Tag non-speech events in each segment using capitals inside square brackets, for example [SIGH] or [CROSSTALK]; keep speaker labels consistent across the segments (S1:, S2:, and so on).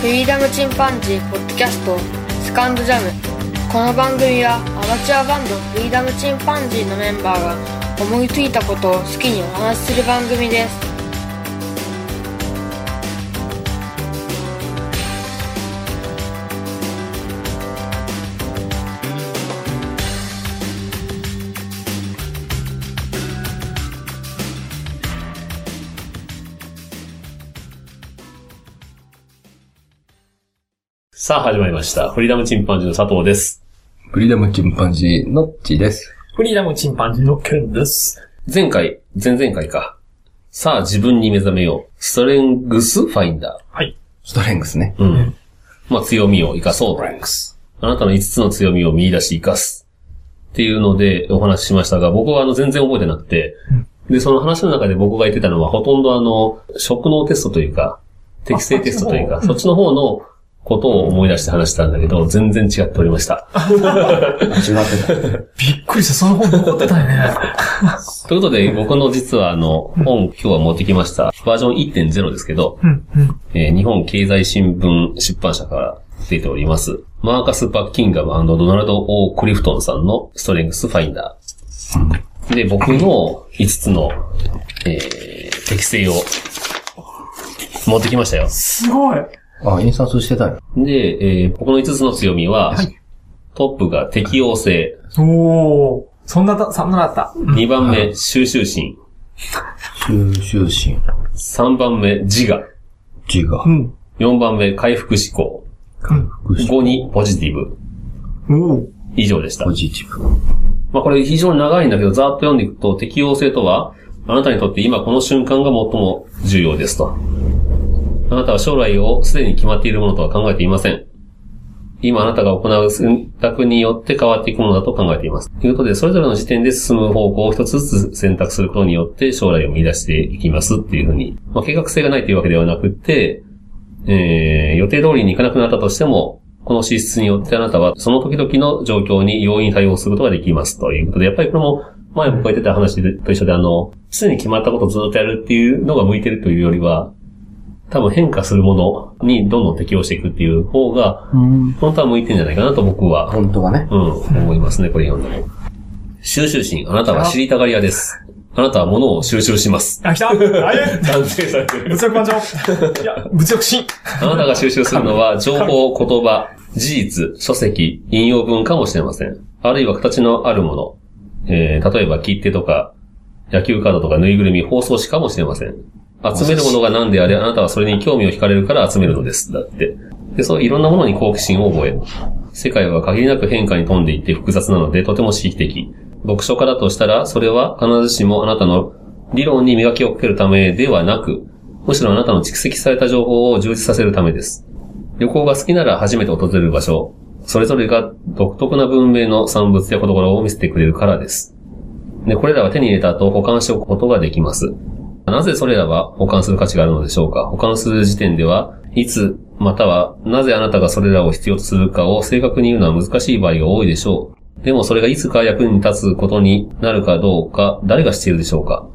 S1: フリーダムチンパンジーポッドキャストスカンドジャムこの番組はアマチュアバンドフリーダムチンパンジーのメンバーが思いついたことを好きにお話しする番組です
S2: さあ、始まりました。フリーダムチンパンジーの佐藤です。
S3: フリーダムチンパンジーのっちーです。
S4: フリーダムチンパンジーの件です。
S5: 前回、前々回か。さあ、自分に目覚めよう。ストレングスファインダ
S4: はい。
S3: ストレングスね。
S5: ー。うん。まあ、強みを生かそうと。あなたの5つの強みを見出し生かす。っていうのでお話ししましたが、僕はあの全然覚えてなくて、で、その話の中で僕が言ってたのは、ほとんどあの、職能テストというか、適正テストというか、そっちの方のことを思い出して話したんだけど、全然違っておりました。
S4: びっくりした、その本残ってたよね。
S5: ということで、僕の実はあの、本今日は持ってきました。バージョン1.0ですけど、
S4: うん、うん。
S5: えー日本経済新聞出版社から出ております。マーカス・バッキンガムドナルド・オー・クリフトンさんのストレングス・ファインダー。で、僕の5つの、えー適性を持ってきましたよ。
S4: すごい。
S3: あ、印刷してたよ。
S5: で、えー僕の5つの強みは、トップが適応性、
S4: おー。そんなだ、そんなだった。
S5: 2番目収集心、
S3: 収集心、
S5: 3番目自我、
S3: 自我
S4: う、ん。
S5: 4番目回復思考、5にポジティブ。
S4: おー。
S5: 以上でした
S3: ポ。ジティブ。
S5: まあこれ非常に長いんだけど、ざーっと読んでいくと、適応性とは、あなたにとって今この瞬間が最も重要ですと。あなたは将来をすでに決まっているものとは考えていません。今あなたが行う選択によって変わっていくものだと考えています。ということで、それぞれの時点で進む方向を一つずつ選択することによって将来を見出していきますっていうふうに。まあ、計画性がないというわけではなくて、えー、予定通りにいかなくなったとしても、この資質によってあなたはその時々の状況に容易に対応することができますということで、やっぱりこれも前僕が言ってた話と一緒であの、常に決まったことをずっとやるっていうのが向いてるというよりは、多分変化するものにどんどん適応していくっていう方が、本当は向いてんじゃないかなと僕は、
S3: 本当はね。
S5: うん、思いますね、これ読んでも。収集心、あなたは知りたがり屋です。あなたは物を収集します。
S4: あ、来たあれ
S5: [LAUGHS] 断定されてる
S4: 物欲満 [LAUGHS] 場。いや、物欲新。
S5: あなたが収集するのは、情報、言葉、事実、書籍、引用文かもしれません。あるいは形のあるもの。えー、例えば切手とか、野球カードとかぬいぐるみ、包装紙かもしれません。集めるものが何であれ、あなたはそれに興味を惹かれるから集めるのです。だって。で、そういろんなものに好奇心を覚える。世界は限りなく変化に富んでいて複雑なので、とても刺激的。読書家だとしたら、それは必ずしもあなたの理論に磨きをかけるためではなく、むしろあなたの蓄積された情報を充実させるためです。旅行が好きなら初めて訪れる場所、それぞれが独特な文明の産物や事柄を見せてくれるからです。で、これらは手に入れた後保管しておくことができます。なぜそれらは保管する価値があるのでしょうか保管する時点では、いつ、または、なぜあなたがそれらを必要とするかを正確に言うのは難しい場合が多いでしょう。でもそれがいつか役に立つことになるかどうか、誰が知っているでしょうか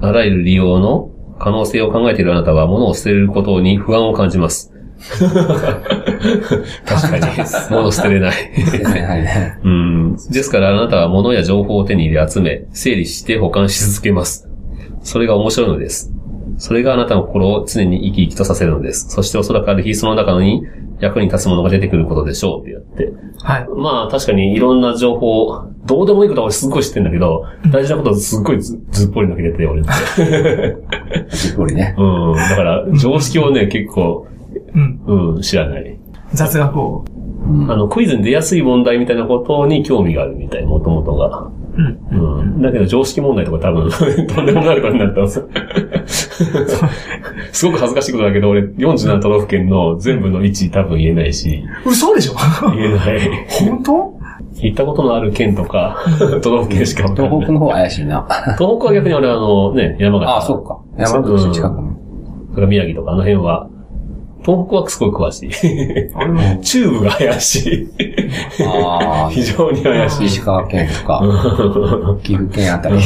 S5: あらゆる利用の可能性を考えているあなたは物を捨てることに不安を感じます。確かに。物捨てれない。
S3: はいはいね。
S5: うん。ですからあなたは物や情報を手に入れ集め、整理して保管し続けます。それが面白いのです。それがあなたの心を常に生き生きとさせるのです。そしておそらくある日その中に役に立つものが出てくることでしょうってやって。
S4: はい。
S5: まあ確かにいろんな情報、どうでもいいことは俺すっごい知ってんだけど、大事なことすっごいずずっぽり抜けてて、俺って。
S3: ジポリね。
S5: うん。だから、常識をね、結構、
S4: うん。
S5: うん、知らない。
S4: 雑学を。
S5: あの、クイズに出やすい問題みたいなことに興味があるみたい、もともとが。
S4: うん。
S5: うん。だけど、常識問題とか多分、 [LAUGHS] とんでもないことになったんですよ [LAUGHS] すごく恥ずかしいことだけど、俺、47都道府県の全部の位置多分言えないし、
S4: 嘘でしょ
S5: 言えない。
S4: 本当
S5: 行ったことのある県とか、都道府県しかわかんない
S3: 東北の方怪しいな。
S5: 東北は逆に俺、あの、ね、山形。
S3: ああ、そうか。山口近くの。
S5: それから宮城とかあの辺は、東北はすごい詳しい。 [LAUGHS]
S4: 俺も。
S5: チューブが怪しい。
S3: ああ、
S5: 非常に怪しい。
S3: 石川県とか、岐阜県あたり。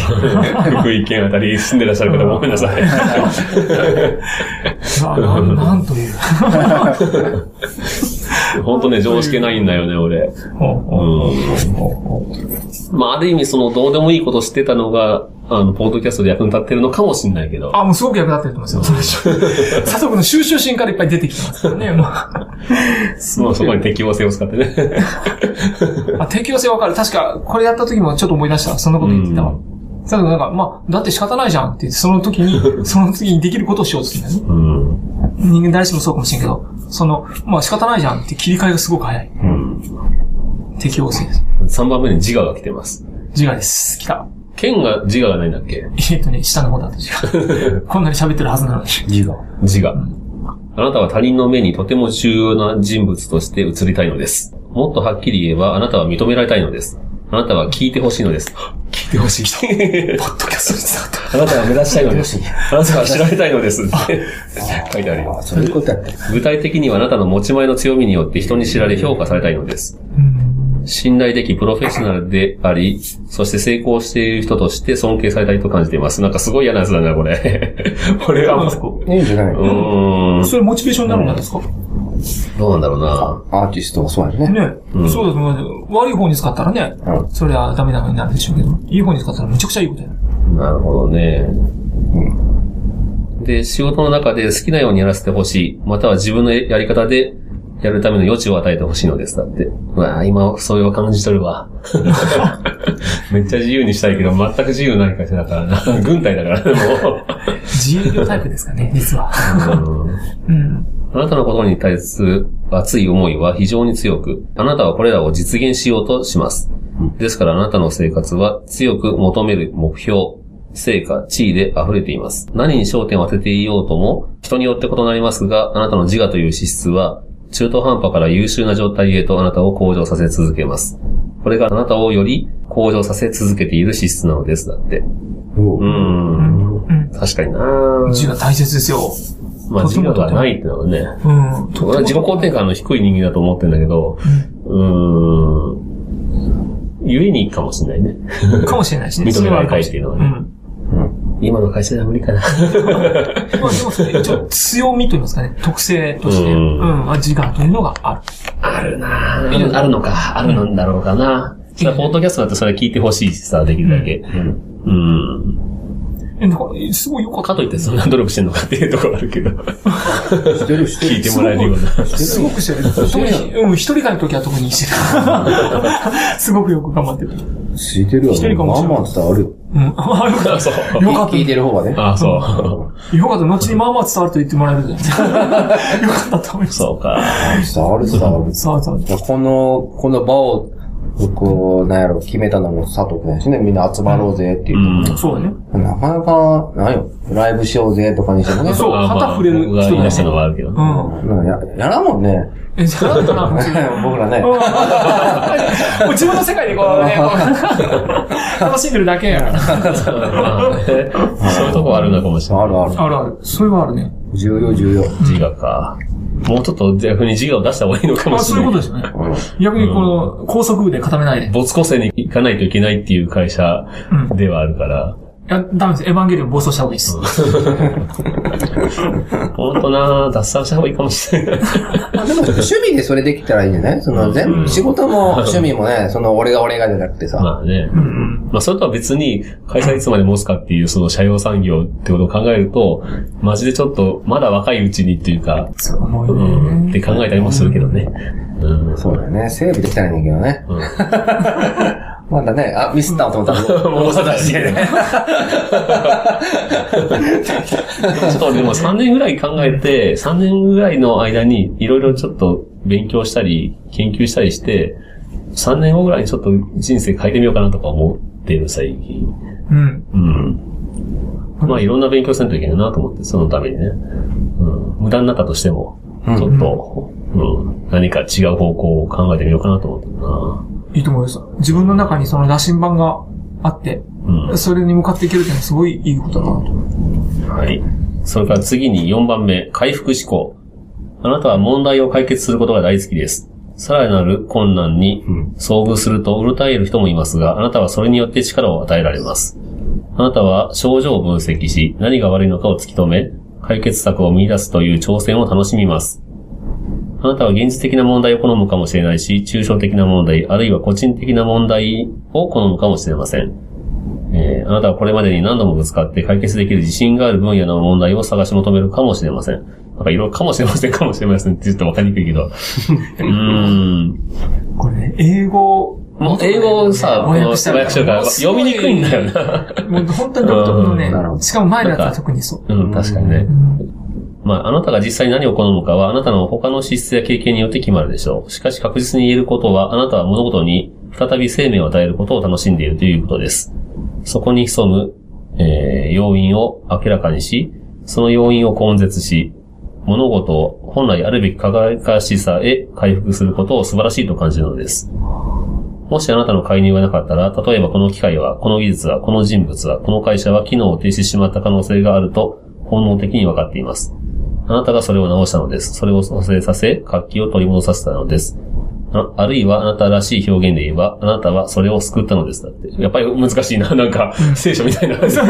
S5: 福井県あたり住んでらっしゃる方ごめんなさい。
S4: ななんなんという。
S5: 本当ね、常識ないんだよね、俺。
S4: ほうほう
S5: うん。まあ、ある意味その、どうでもいいことしてたのが、あの、ポッドキャストで役に立ってるのかもしんないけど。
S4: あ、もうすごく役立ってると思いますよ。 [LAUGHS] 佐藤君の収集心からいっぱい出てきてますからね。もう
S5: まあ、そこに適応性を使ってね。
S4: あ、適応性わかる。確か、これやった時もちょっと思い出した。そんなこと言ってたわ。佐藤君なんか、まあ、だって仕方ないじゃんって言って、その時に、その次にできることをしようとするんだよね。
S5: うん。
S4: 人間誰しもそうかもしれんけど、その、まあ仕方ないじゃんって切り替えがすごく早い。適応性です。
S5: 3番目に自我が来てます。
S4: 自我です。来た。
S5: 県が自我がないんだっけ
S4: えっとね、下の方だと自我。こんなに喋ってるはずなのに。
S3: 自我。
S5: 自我。あなたは他人の目にとても重要な人物として映りたいのです。もっとはっきり言えば、あなたは認められたいのです。あなたは聞いてほしいのです。聞いてほしい。 [LAUGHS] ポッドキャストにあなたは目立ちたいの [LAUGHS] です。あなたは知られたいのです。って書いてあるよ
S3: あ。そういうことやった
S5: 具体的にはあなたの持ち前の強みによって人に知られ評価されたいのです。信頼できプロフェッショナルであり、そして成功している人として尊敬されたいと感じています。なんかすごい嫌なやつだな、これ。 [LAUGHS] これはもう。
S3: いいんじゃないう
S5: ーん。
S4: それモチベーションになるんじゃないですか
S5: どうなんだろうな。
S3: アーティストもそうやね。
S4: ね、
S5: ん
S4: そうだと思いますよ悪い方に使ったらね、
S3: うん
S4: それはダメなのになるでしょうけど、いい方に使ったらめちゃくちゃいいことやる。
S5: なるほどね。で、仕事の中で好きなようにやらせてほしい。または自分のやり方でやるための余地を与えてほしいのです。だって。うわあ、今、それを感じとる [LAUGHS] わ。めっちゃ自由にしたいけど、全く自由ない会社だからな。軍隊だから、も
S4: 自営業タイプですかね、実は。
S5: う。うん
S4: うん。
S5: あなたのことに対する熱い思いは非常に強く、あなたはこれらを実現しようとします。ですからあなたの生活は強く求める目標、成果、地位で溢れています。何に焦点を当てていようとも、人によって異なりますが、あなたの自我という資質は、中途半端から優秀な状態へとあなたを向上させ続けます。これがあなたをより向上させ続けている資質なのです。だって。
S3: おう
S5: うーん。
S4: うん。
S5: 確かにな
S4: 自我大切ですよ。
S5: まあ自我がないってのはね。
S4: うん。
S5: 俺は自己肯定感の低い人間だと思ってんだけど、うーん。ゆえにかもしれないね。
S4: かもしれないしね。
S5: 認められたいっていうのはね
S4: ん
S5: 今の会社では無理かな。
S4: まあでもそれ、ちょっと強みと言いますかね、特性として、
S5: う
S4: うんん、あ自我というのがある。
S5: [LAUGHS] あるなぁ。あるのか。あるんだろうかな。それはポッドキャストだってそれは聞いてほしいしさ、できるだけ。うん。
S4: え、だから、すごい良かった。
S5: かといってそんな努力してんのかっていうところあるけど。
S3: してるして
S5: 聞い
S3: る。
S5: てもらえるような。
S4: すごくしてる。特に、うん、一人会の時は特にしてた。 [LAUGHS] すごくよく頑張ってる。うん。
S3: ついてるよ。
S4: 一人かも
S3: ま
S4: し
S3: ん
S4: れない
S3: まん伝わるよ。
S4: あ [LAUGHS] あ、よかっ
S5: あ [LAUGHS] そう。
S4: た。よかっ
S3: 聞いてる方がね。
S5: あそう。
S4: た。よかった。後にまあまあ伝わると言ってもらえるじゃないですか。 [LAUGHS] よかったと思います。
S5: そうか。
S3: 伝わる伝わる。
S4: そうそう。
S3: この、この場を、こう、なんやろ、決めたのも佐藤くんやしね、みんな集まろうぜっていうう。
S5: ん。
S4: そうだね。
S3: なかなか、なんよ、ライブしようぜとかにしてもね。
S4: そう
S5: まあまあ
S4: 旗触れる人
S5: 僕が言い出したの [LAUGHS] はあるけど。
S4: うん。
S3: うんや、やらんもんね。
S4: え、じゃあ、なんかな、普通に。
S3: 僕らね。
S4: もう自分の世界でこうね、こう [LAUGHS] 楽しんでるだけやから。
S5: まあねそういうとこあるのかもしれない。
S3: あるある。
S4: あるある。それはあるね。
S3: 重要重要。
S5: 自我か。もうちょっと逆に自我を出した方がいいのかも
S4: まあ、
S5: し
S4: そう
S5: れ
S4: い
S5: な
S4: う
S5: い。
S4: ことですよね。
S3: うん
S4: 逆にこの、高速部で固めないで。い
S5: 没個性に行かないといけないっていう会社ではあるから、
S4: や、ダメです。エヴァンゲリオン暴走した方がいいです。
S5: ほんとな脱散した方がいいかもしれ
S4: [LAUGHS]
S5: ない。
S3: まあでも、趣味でそれできたらいいんじゃないその、全部、仕事も趣味もね、その、俺が俺がじゃなくてさ。
S5: まあね。まあそれとは別に、会社いつまで持つかっていう、その社用産業ってことを考えると、マジでちょっと、まだ若いうちにっていうか、
S4: そう思う
S5: う
S4: よね
S5: ん、って考えたりもするけどね。うん。うん
S3: そうだよね。セーブできたらいいんだけどね。 [LAUGHS] まだね、あ、ミスったと思ったら、
S5: もうだしね。ちょっとでも3年ぐらい考えて、3年ぐらいの間にいろいろちょっと勉強したり、研究したりして、3年後ぐらいにちょっと人生変えてみようかなとか思ってる最近。
S4: うん。
S5: うん。まあいろんな勉強せんといけないなと思って、そのためにね。うん。無駄になったとしても、ちょっと、うん、何か違う方向を考えてみようかなと思ってるない
S4: いと思います。自分の中にその羅針盤があって、。
S5: うん。
S4: それに向かっていけるっていうのはすごいいいことだなと思う。
S5: はい。それから次に4番目、回復思考。あなたは問題を解決することが大好きです。さらなる困難に
S3: うん
S5: 遭遇するとうるたえる人もいますが、あなたはそれによって力を与えられます。あなたは症状を分析し、何が悪いのかを突き止め、解決策を見出すという挑戦を楽しみます。あなたは現実的な問題を好むかもしれないし、抽象的な問題、あるいは個人的な問題を好むかもしれません。えーあなたはこれまでに何度もぶつかって解決できる自信がある分野の問題を探し求めるかもしれません。なんかいろいろかもしれません、かもしれませんってちょっとわかりにくいけど。うーん。
S4: これね、英語、
S5: もう英語をさ、こ
S4: 翻
S5: の
S4: 訳した
S5: 翻訳書から読みにくいんだよな。
S4: もう本当に独特の
S5: う
S4: ね
S3: んなるほ、ど
S4: しかも前のやつは特にそう。
S5: うん、確かにね
S4: う。ん
S5: まあ、あなたが実際に何を好むかは、あなたの他の資質や経験によって決まるでしょう。しかし確実に言えることは、あなたは物事に再び生命を与えることを楽しんでいるということです。そこに潜む、えー要因を明らかにし、その要因を根絶し、物事を本来あるべき輝かしさへ回復することを素晴らしいと感じるのです。もしあなたの介入がなかったら、例えばこの機械は、この技術は、この人物は、この会社は機能を停止してしまった可能性があると、本能的に分かっています。あなたがそれを直したのです。それを蘇生させ、活気を取り戻させたのです。ああるいはあなたらしい表現で言えば、あなたはそれを救ったのです。だって。やっぱり難しいな。なんか、聖書みたいな。 [LAUGHS]
S3: ちょっと、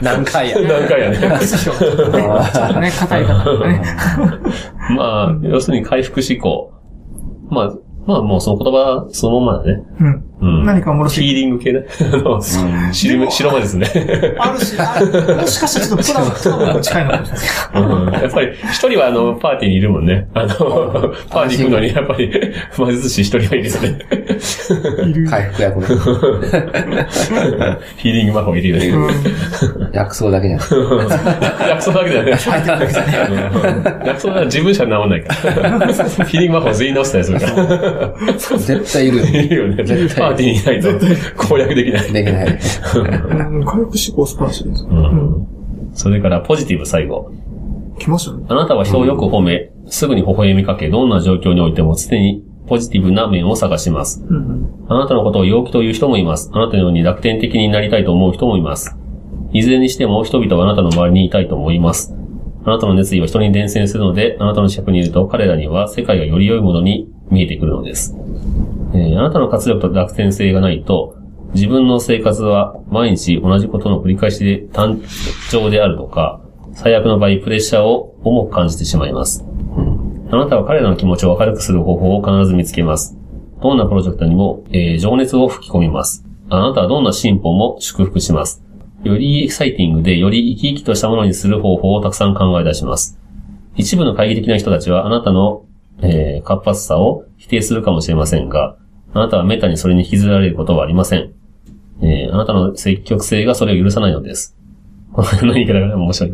S3: 何回や。 [LAUGHS]
S5: なんかやね。
S4: ちょっとね、ちょっとね、硬い方がね。
S5: まあ、要するに回復思考。まあ、まあもうその言葉そのままだね。
S4: うん。
S5: [LAUGHS] うん。
S4: 何かおもろ
S5: ヒ
S4: しい。
S5: ーリング系ね。あの
S4: で
S5: 白
S4: も
S5: 白まですね。
S4: あるし、あるもしかしたらちょっとプラム、プラムも近いのかもしれない。
S5: うん [LAUGHS] やっぱり、一人はあの、パーティーにいるもんね。あの、パーティー行くのに、やっぱり、魔術師一人はいるよね。
S3: [LAUGHS] 回復薬の。
S5: ヒーリング魔法いるよね。
S3: 薬草だけじゃなく
S5: 薬草だけだよね。
S3: [LAUGHS]
S5: 薬草は自分しか治んないから。ヒーリング魔法全員治したりするから。
S3: て絶対いるよ。
S5: いるよね。パ
S3: 絶対
S5: ーティーにいないと攻略できない。
S3: できない。
S4: うん。回復志向素晴らしいです。
S5: うんそれから、ポジティブ最後。
S4: 来ましたね。
S5: あなたは人をよく褒め、すぐに微笑みかけ、どんな状況においても常にポジティブな面を探します。
S4: うん。
S5: あなたのことを陽気という人もいます。あなたのように楽天的になりたいと思う人もいます。いずれにしても人々はあなたの周りにいたいと思います。あなたの熱意は人に伝染するので、あなたの近くにいると彼らには世界がより良いものに見えてくるのです。えーあなたの活力と楽天性がないと、自分の生活は毎日同じことの繰り返しで単調であるとか、最悪の場合プレッシャーを重く感じてしまいます。あなたは彼らの気持ちを明るくする方法を必ず見つけます。どんなプロジェクトにも、えー情熱を吹き込みます。あなたはどんな進歩も祝福します。よりエキサイティングで、より生き生きとしたものにする方法をたくさん考え出します。一部の懐疑的な人たちは、あなたの、えー活発さを否定するかもしれませんが、あなたはメタにそれに引きずられることはありません。えーあなたの積極性がそれを許さないのです。 [LAUGHS] この辺の言い方が面白い。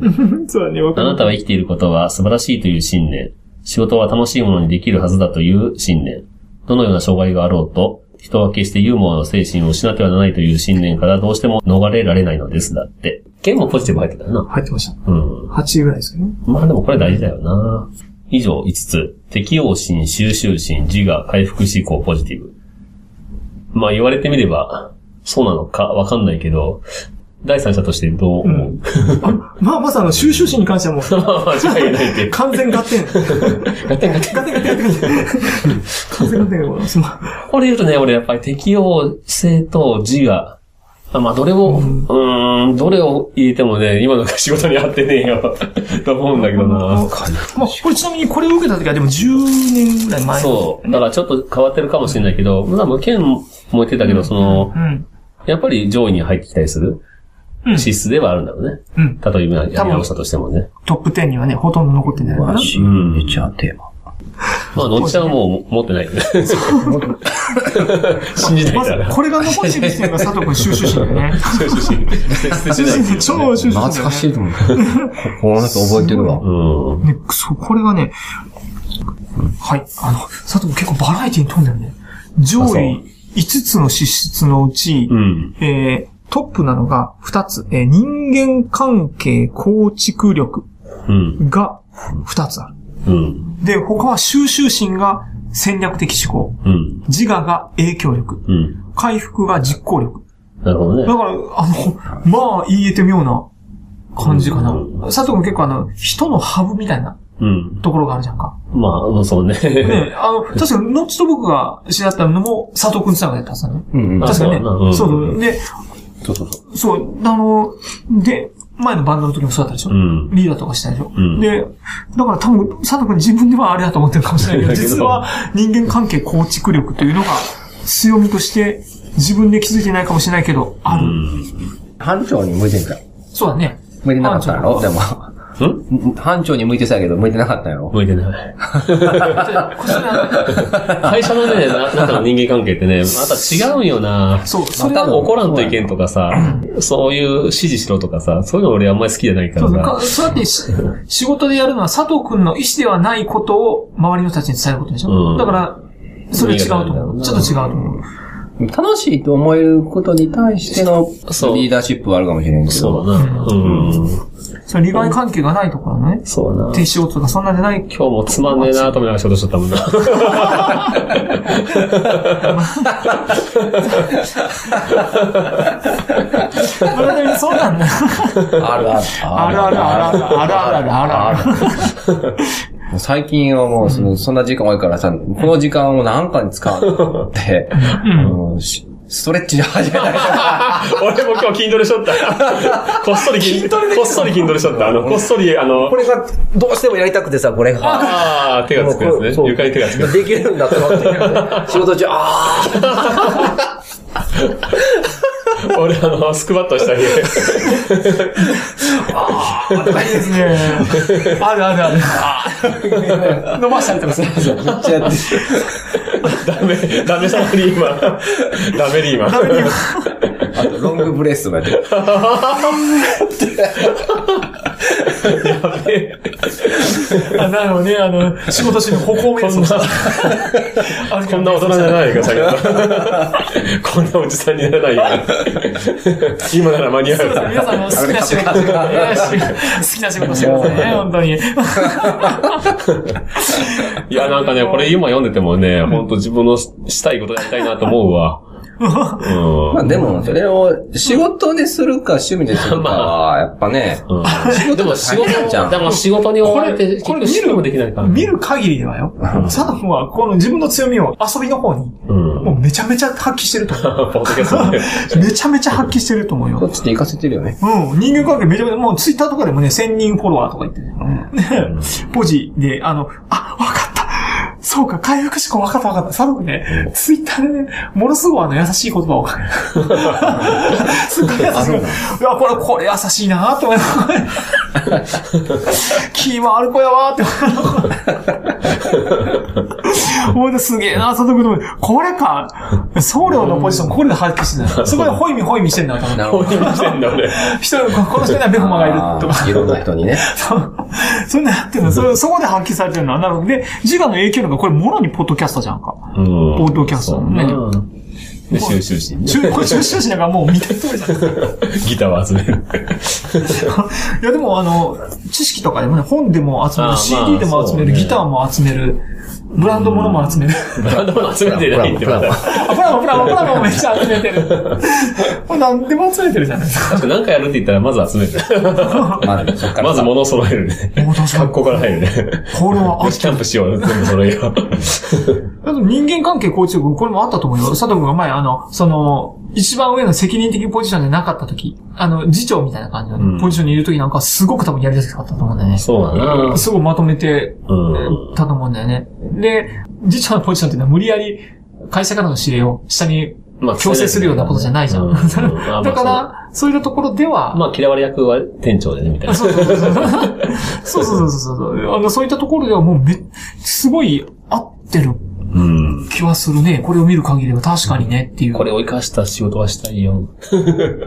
S4: そうだね、わ
S5: あなたは生きていることは素晴らしいという信念。仕事は楽しいものにできるはずだという信念。どのような障害があろうと、人は決してユーモアの精神を失ってはならないという信念からどうしても逃れられないのです。だって。剣もポジティブ入ってたよな。
S4: 入ってました。
S5: うん。
S4: 8位ぐらいですけどね。
S5: まあでもこれ大事だよな。以上5つ。適応心、収集心、自我、回復思考、ポジティブ。まあ言われてみれば、そうなのかわかんないけど、第三者としてどう思う、
S4: うまあ、まずあの、収集心に関してはも
S5: [LAUGHS]
S4: う、
S5: 間違いないっていうか。
S4: 完全合点。
S5: ガテンガテン
S4: ガテンガテンガテン。完全合点。すまん
S5: これ言うとね、俺やっぱり適応性と自我。あまあ、どれも、うーん、どれを入れてもね、今の仕事に合ってねえよ、と思うんだけどな。
S4: まあ、これちなみにこれを受けた時はでも10年ぐらい前。
S5: そう。だからちょっと変わってるかもしれないけど、まあ、もう剣も言ってたけど、その
S4: う。、ん。
S5: やっぱり上位に入ってきたりする
S4: うん
S5: 資質ではあるんだろうね。
S4: うん。
S5: 例えば、やり直したとしてもね。
S4: トップ10にはね、ほとんど残ってないかな。
S5: うん
S3: めっちゃテーマ。
S5: まあ、のっちゃんはもう持ってないよね。信じない
S4: ま
S5: か
S4: ず
S5: ら、。
S4: これが残してる時点が佐藤君収集心だね。
S5: そうそうそう
S4: 収集心、超収集心。
S3: 懐かしいと思う。この中覚えてるわ。
S5: うん。
S4: ね、そう、これがね、はい、あの、佐藤君結構バラエティに富んでるね。上
S5: あそう
S4: 位5つの資質のうち、
S5: うん。
S4: えー、トップなのが2つ、えー人間関係構築力
S5: うん。
S4: が2つある。
S5: うん。
S4: で、他は収集心が戦略的思考、
S5: うん。
S4: 自我が影響力、
S5: うん。
S4: 回復が実行力。
S5: なるほど
S4: だ
S5: ね。
S4: から、あの、まあ、言えて妙な感じかな。
S5: うん
S4: 佐藤君結構あの、人のハブみたいな
S5: うん。
S4: ところがあるじゃんか。
S5: まあうん、そうね。 [LAUGHS]
S4: ね、あの、確かに、ノッチと僕が知り合ったのも、佐藤くんつながりだったんですよね。
S3: うんうん。
S5: あ
S4: 確かにね。
S5: そうなんだ
S4: そう
S5: う
S4: そう。で、
S3: そうそうそう。
S4: そう、あの、で、前のバンドの時もそうだったでしょ。
S5: うん。
S4: リーダーとかしたでしょ。
S5: ん
S4: で、だから多分、佐藤くん自分ではあれだと思ってるかもしれ
S5: [LAUGHS]
S4: ない
S5: だけ
S4: けど、
S5: ど
S4: 実は人間関係構築力というのが強みとして、自分で気づいてないかもしれないけど、ある。
S3: 班長に向いてんじゃん。
S4: そう
S5: [LAUGHS]
S4: だね。
S3: 向いてなかったんやろで
S4: 班
S3: も。
S5: うん
S3: ん班長に向いてたけど、向いてなかったんやろ
S5: 向いてない。
S4: こちら
S5: 会社のね、な中の人間関係ってね、また違うんよな
S4: そう、それ
S3: まあ多分
S4: は、
S5: 怒らんといけんとかさ、そういう指示しろとかさ、そういうの俺あんまり好きじゃないか
S4: そ
S5: ら
S4: うか
S5: さ。
S4: そうやってし仕事でやるのは佐藤くんの意思ではないことを周りの人たちに伝えることでしょ。
S5: うん
S4: だから、それは違うと思う。ちょっと違うと思う。
S3: 楽しいと思えることに対しての
S5: そう
S3: リーダーシップはあるかもしれんけど。
S5: そうだな。うん。
S4: それ利害関係がないところのね。
S5: そうだな。
S4: 手仕事とかそんなんでない。
S5: 今日もつまんねえなと思いながら仕事しとったもんな。
S4: そうなんだ。
S3: あるある。
S4: あるあるあるあるあるあるあるある。
S3: 最近はもうその、そんな時間多いからさ、この時間をなんかに使うと思って、あのしストレッチで始めたり
S2: 俺も今日筋トレしとった。こっそり筋トレ、こっそり筋トレしとった。あの、こっそり、あの
S6: こ、れが、どうしてもやりたくてさ、これが。
S2: ああ、手がつくやつね。
S6: そう
S2: 床に手がつくやつ。
S6: できるんだってなって。 [LAUGHS] 仕事中、あー
S2: 俺、あの、スクワットしたり。
S4: いいですね。あるあるある。伸ばしたりとかする。
S3: めっちゃやって
S2: ダメ、ダメサラリーマン。ダメリーマン。
S3: あと、ロングブレスとかやってる。
S4: あなるほどね。あの、仕事中に歩行瞑想した。ある
S2: こんな大人にならないでくださいよ。こんなおじさんにならないよ。今なら間に合
S4: そうですね
S2: う。
S4: 皆さんも好きな仕事してくださいね。好きな仕事してくださいね、本当に。
S2: いや、なんかね、これ今読んでてもね、ほんと自分のしたいことやりたいなと思うわ。うん
S3: まあでも、それを仕事でするか趣味でするかは、やっぱね、
S2: うん
S5: でも仕
S3: 大変じ
S5: 事、
S3: ゃん
S5: でも仕事に追われて、結
S4: これ
S5: 局仕事もできないから。
S4: 見る限りではよ。佐藤君は、この自分の強みを遊びの方に、
S5: うん。
S4: もうめちゃめちゃ発揮してると思
S2: ポッドキャストで。
S4: う。めちゃめちゃ発揮してると思うよ
S3: こ。っちで行かせてるよね。
S4: うん、人間関係めちゃめちゃ、もうツイッターとかでもね、1000人フォロワーとか言ってる。ね、ポジで、あの、あ、わかったそうか、回復思考わかったわかった。佐藤君ね、ツイッターでね、ものすごいあの優しい言葉
S3: [LAUGHS]
S4: を。すっごい優しい。いや、これ、これ優しいなと思って。
S3: [LAUGHS]
S4: 気回る子やわーって。ほんですげえな、佐藤君と思ってこれか、僧侶のポジション、これで発揮してた。そこでホイミホイミしてんだと思って。
S3: なるほど。
S2: してんだ、俺。
S4: 一人、この人にはベホマがいるとか。
S3: あーいろんな人に
S5: [LAUGHS]
S3: ね。
S4: そう [LAUGHS] そんなやってるの。それそこで発揮されてるのは。なるほど。で、自我の影響力がこれ、もろにポッドキャスターじゃんか。
S5: うん。
S4: ポッドキャスターね。
S5: で、収集し、
S4: 中古中心なんかもう見た通りじゃないですか。
S5: ギターを集める。
S4: いや、でもあの、知識とかでもね、本でも集め
S5: あーま
S4: る、
S5: あ
S4: CD でも集め
S5: そ
S4: る、
S5: うね
S4: ギターも集める、ブランドものも集める。
S5: 何でも集めてないって。
S3: プラモプラモ
S4: あ、プラモ、プラモ、プラモもめっちゃ集め
S5: [LAUGHS]
S4: てる。もう何でも集めてるじゃないですか。
S5: 確か何かやるって言ったら、まず集める。
S3: まず、そっから。
S5: まず物を揃えるね。
S4: もう確か
S5: 格
S4: に。
S5: 好から入るね。
S4: これは、あ
S5: キャンプしようよ、全部揃えよう。
S4: あと人間関係構築、これもあったと思うよ。佐藤君が前、あの、その、一番上の責任的ポジションじゃなかった時、あの、次長みたいな感じの、
S5: うん
S4: ポジションにいる時なんかすごく多分やりやすかったと思うんだ
S5: [LAUGHS]
S4: よね。
S5: そうだな。
S4: すごいまとめて
S5: うん。
S4: たと思うんだよね。で、次長のポジションっていうのは無理やり会社からの指令を下に
S5: まあ
S4: 強制するようなことじゃないじゃん。
S5: うんうん [LAUGHS] あ
S4: [LAUGHS] だから、そういったところでは、
S5: まあ、嫌われ役は店長でね、みたいな。
S4: そうそうそうそう。そうそうそうそう。あの、そういったところではもうめ、すごい合ってる
S5: うん。
S4: 気はするね。これを見る限りは確かにねっていう。
S5: これを生かした仕事はしたいよ。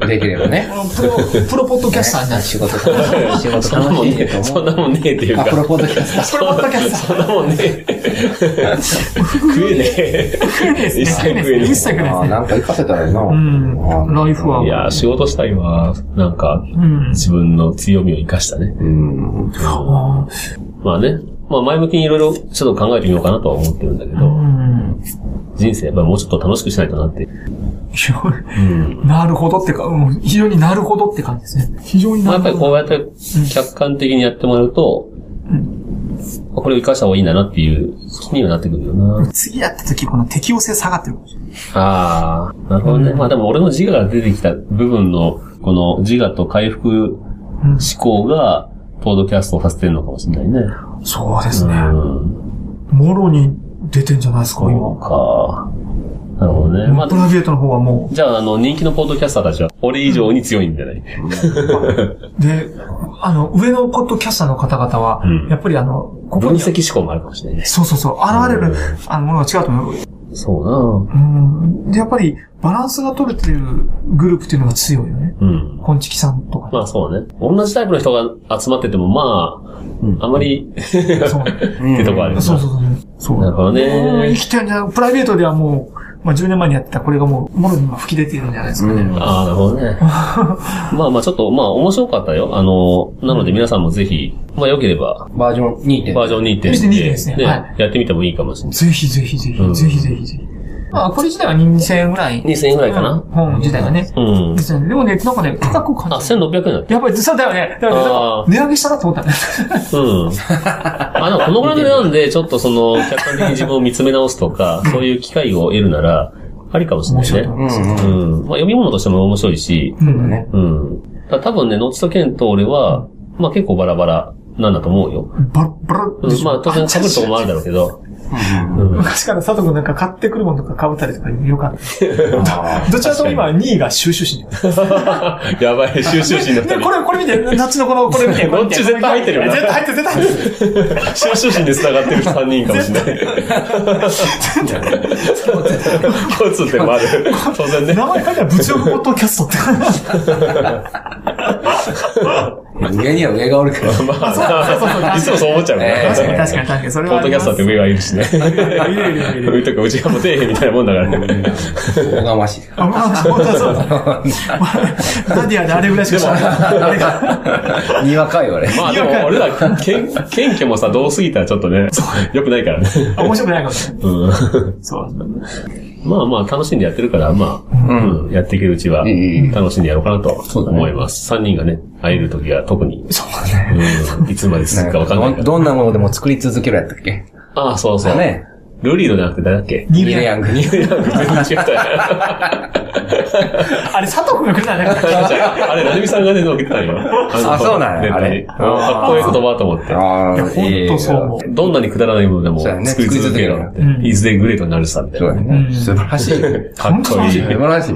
S3: できればね。
S4: プロ、プロポッドキャスターになる。
S3: 仕事楽しい。仕事
S5: そんな
S3: 楽
S5: もん
S3: しい
S5: ね
S3: けど、
S5: そん
S3: も。
S5: なもんねえっていう
S3: あ、プロ
S5: か。
S3: ポーズキャスター。
S4: プロポッドキャス
S5: [LAUGHS] そ
S4: タ
S5: んなもんね [LAUGHS] え。食えねえ。
S4: ー。食えですね。
S5: 一切
S4: 食えですね。一切食
S3: あ
S4: えです
S3: ー
S4: ね。
S3: なんか行かせたらいいな。
S4: うん。ライフは。
S5: いやー、仕事したいわ。なんか、
S4: うん。
S5: 自分の強みを生かしたね。
S3: うん。
S4: あ
S5: まあね。まあ前向きにいろいろちょっと考えてみようかなとは思ってるんだけ
S4: ーう
S5: ど、
S4: ん。
S5: 人生やっぱりもうちょっと楽しくしないとなって。
S4: 非常になるほどってか、うん非常になるほどって感じですね。非常に
S5: まあ
S4: な
S5: や
S4: る
S5: っぱりこ
S4: ほど。
S5: うやって客観的にやってもらうと、これを活かした方がいいんだなっていう気にはなってくるよな。
S4: 次やった時、この適応性下がってるかもしれない。
S5: ああ、なるほどね。まあでも俺の自我が出てきた部分の、この自我と回復思考が、ポードキャストをさせてるのかもしれないね。
S4: そうです
S5: う
S4: ね。
S5: ん。
S4: もろに出てんじゃないですか、
S5: そう
S4: 今。
S5: か。なるほどね。まあ
S4: プ、ライベートの方はも、
S5: じゃあ、あの、人気のポードキャスターたちは、俺以上に強いんじゃないう
S4: で、あの、上のポッドキャスターの方々は、
S5: うん
S4: やっぱりあの、ここ
S5: 分
S4: に、
S5: 析思考もあるかもしれないね。
S4: そうそうそう、現れる、あの、ものが違うと思う。
S5: そう
S4: うん。で、やっぱり、バランスが取れてるグループっていうのが強いよね。
S5: なうん。
S4: コンチキさん
S5: [LAUGHS]
S4: とか。
S5: まあそうね。同じタイプの人が集まってても、まあ、あまり、
S4: そう
S5: ってとこあるよな
S4: そうそうそう。そう
S5: なるほど
S4: うん
S5: ね
S4: 生。きてるんじゃないプライベートではもう、まあ10年前にやってたこれがもう、もろに今吹き出ているんじゃないですかね。
S5: ああ、なるほど
S4: [LAUGHS]
S5: ね。まあまあちょっと、まあ面白かったよ。あの、なので皆さんもぜひ、まあ良ければ、
S3: バージョン2.0。
S5: バージョン2.0
S4: 見てみてですね
S5: で
S4: は
S5: やってみてもいいかもしれない。
S4: ぜひぜひぜひ、
S5: うん
S4: ぜひぜひぜひ。まあ、これ自体は2000円ぐらい。
S5: 2000円ぐらいかな
S4: うん本自体がね。
S5: うん
S4: で。すよね。でもね、なんかね、価格を感
S5: あ、
S4: じる。
S5: 1600円だっ
S4: やっぱり、そうだよね。だからねなん
S5: あ
S4: か
S5: ー
S4: 値上げしたなと思ったね。
S5: た。
S4: [LAUGHS]
S5: うん。あ、でもこのぐらいの値段で、ちょっとその、客観的に自分を見つめ直すとか、そういう機会を得るなら、ありかもしれ
S4: 面
S5: な
S4: 白い
S5: い
S4: と
S5: ね。
S4: 思います。
S5: うん。まあ読み物としても面白いし、
S4: うん。ね。
S5: うん。だから多分ね、ノッチとケンと俺は、まあ結構バラバラなんだと思うよ。
S4: バラバラ
S5: う
S4: で
S5: ん、
S4: しょ
S5: まあ当然被るとこもあるだろうけど。
S4: 昔から佐藤くんなんか買ってくるものとか被ったりとかよかった。どちらかとも今2位が収集心。で、
S5: [LAUGHS] やばい、収集心の
S4: これ、これ見て、夏のこの、これ見て。これ見て
S5: どっち絶対入ってるよな
S4: 絶対入ってる、絶対入ってる。
S5: 収集心で繋がってる3人かもしれない。共通点もある。当然ね。
S4: 名前書いてある部長のポッドキャストって。
S3: 上には上がおるから。
S5: まあ、いつもそう思っちゃうか
S3: え
S5: ら。
S3: え
S5: ポ
S4: 確かに確かに確かに。それは
S5: ッ
S4: あ
S5: ド
S4: り
S5: キャ
S4: ます。
S5: スターって上がいるしね。
S4: いるいるいるい
S5: 上
S4: る。
S5: とかうちがもう底辺みたいなもんだからね。 [LAUGHS]
S3: おがましい。
S4: あ、まあ、本当はそうだ。ダディアであれぐらいしかしない。あれが
S3: [LAUGHS] にわかい俺。
S5: [LAUGHS] まあでも俺ら、謙 [LAUGHS] 謙虚もさ、どうすぎたらちょっとね、良くないからね。
S4: あ面白くないかもしれない。
S5: うん
S4: そう。
S5: まあまあ楽しんでやってるから、まあ、うん、やっていけるうちは
S3: んうん、
S5: 楽しんでやろうかなと思います。3人がね、会える時が特に、
S4: そうね。
S5: うんいつまで続くかわかんないから。
S3: どどんなものでも作り続けるやったっけ
S5: ああ、そうそう。
S3: ね。
S5: ルリードじゃなくて誰だっけ
S4: ニ
S3: ニルヤング。
S5: ニューヨーク全然違ったよ。
S4: あれ、佐藤君がくれたね。
S5: あれ、なるみさんがね、乗っけたんよ。
S3: あそうなん
S5: ネ
S3: や
S5: ットに
S3: あれ
S5: うんかっこいい言葉と思って。
S3: ああ、
S4: いや、本当そう思う。
S5: どんなにくだらないものでも
S3: そうやね
S5: 作り続けろって
S4: 作り続けろうん。
S5: いずれグレートになるさ、みたい
S3: そうだ
S5: な。
S3: ね。素晴らしいよ。
S5: かっこ
S4: 本当
S5: いい
S4: そうん
S3: 素。晴らしい。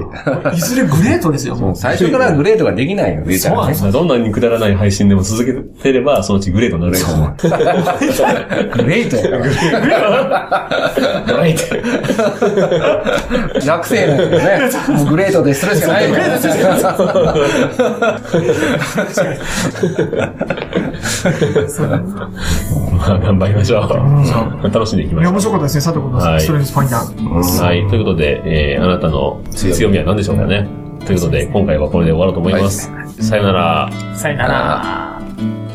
S4: いずれグレートですよ、もう。
S3: 最初からグレードができないよ、言うたらね。
S5: どんなにくだらない配信でも続けてれば、そのうちグレートになるさ。
S3: グレードやから。
S5: グレート。
S3: 学生なんだけどね。もうグレードでそれしかないよ。
S5: まあ、頑張りましょう。楽しんでいきま
S4: い
S5: し
S4: や、
S5: ょう
S4: 面。白かったですね、佐藤君
S5: は
S4: の
S5: い
S4: ストレングスファインダー。
S5: はい。ということで、えーあなたの強みは何でしょうかね。ということで、今回はこれで終わろうと思います。さよなら。
S4: さよなら。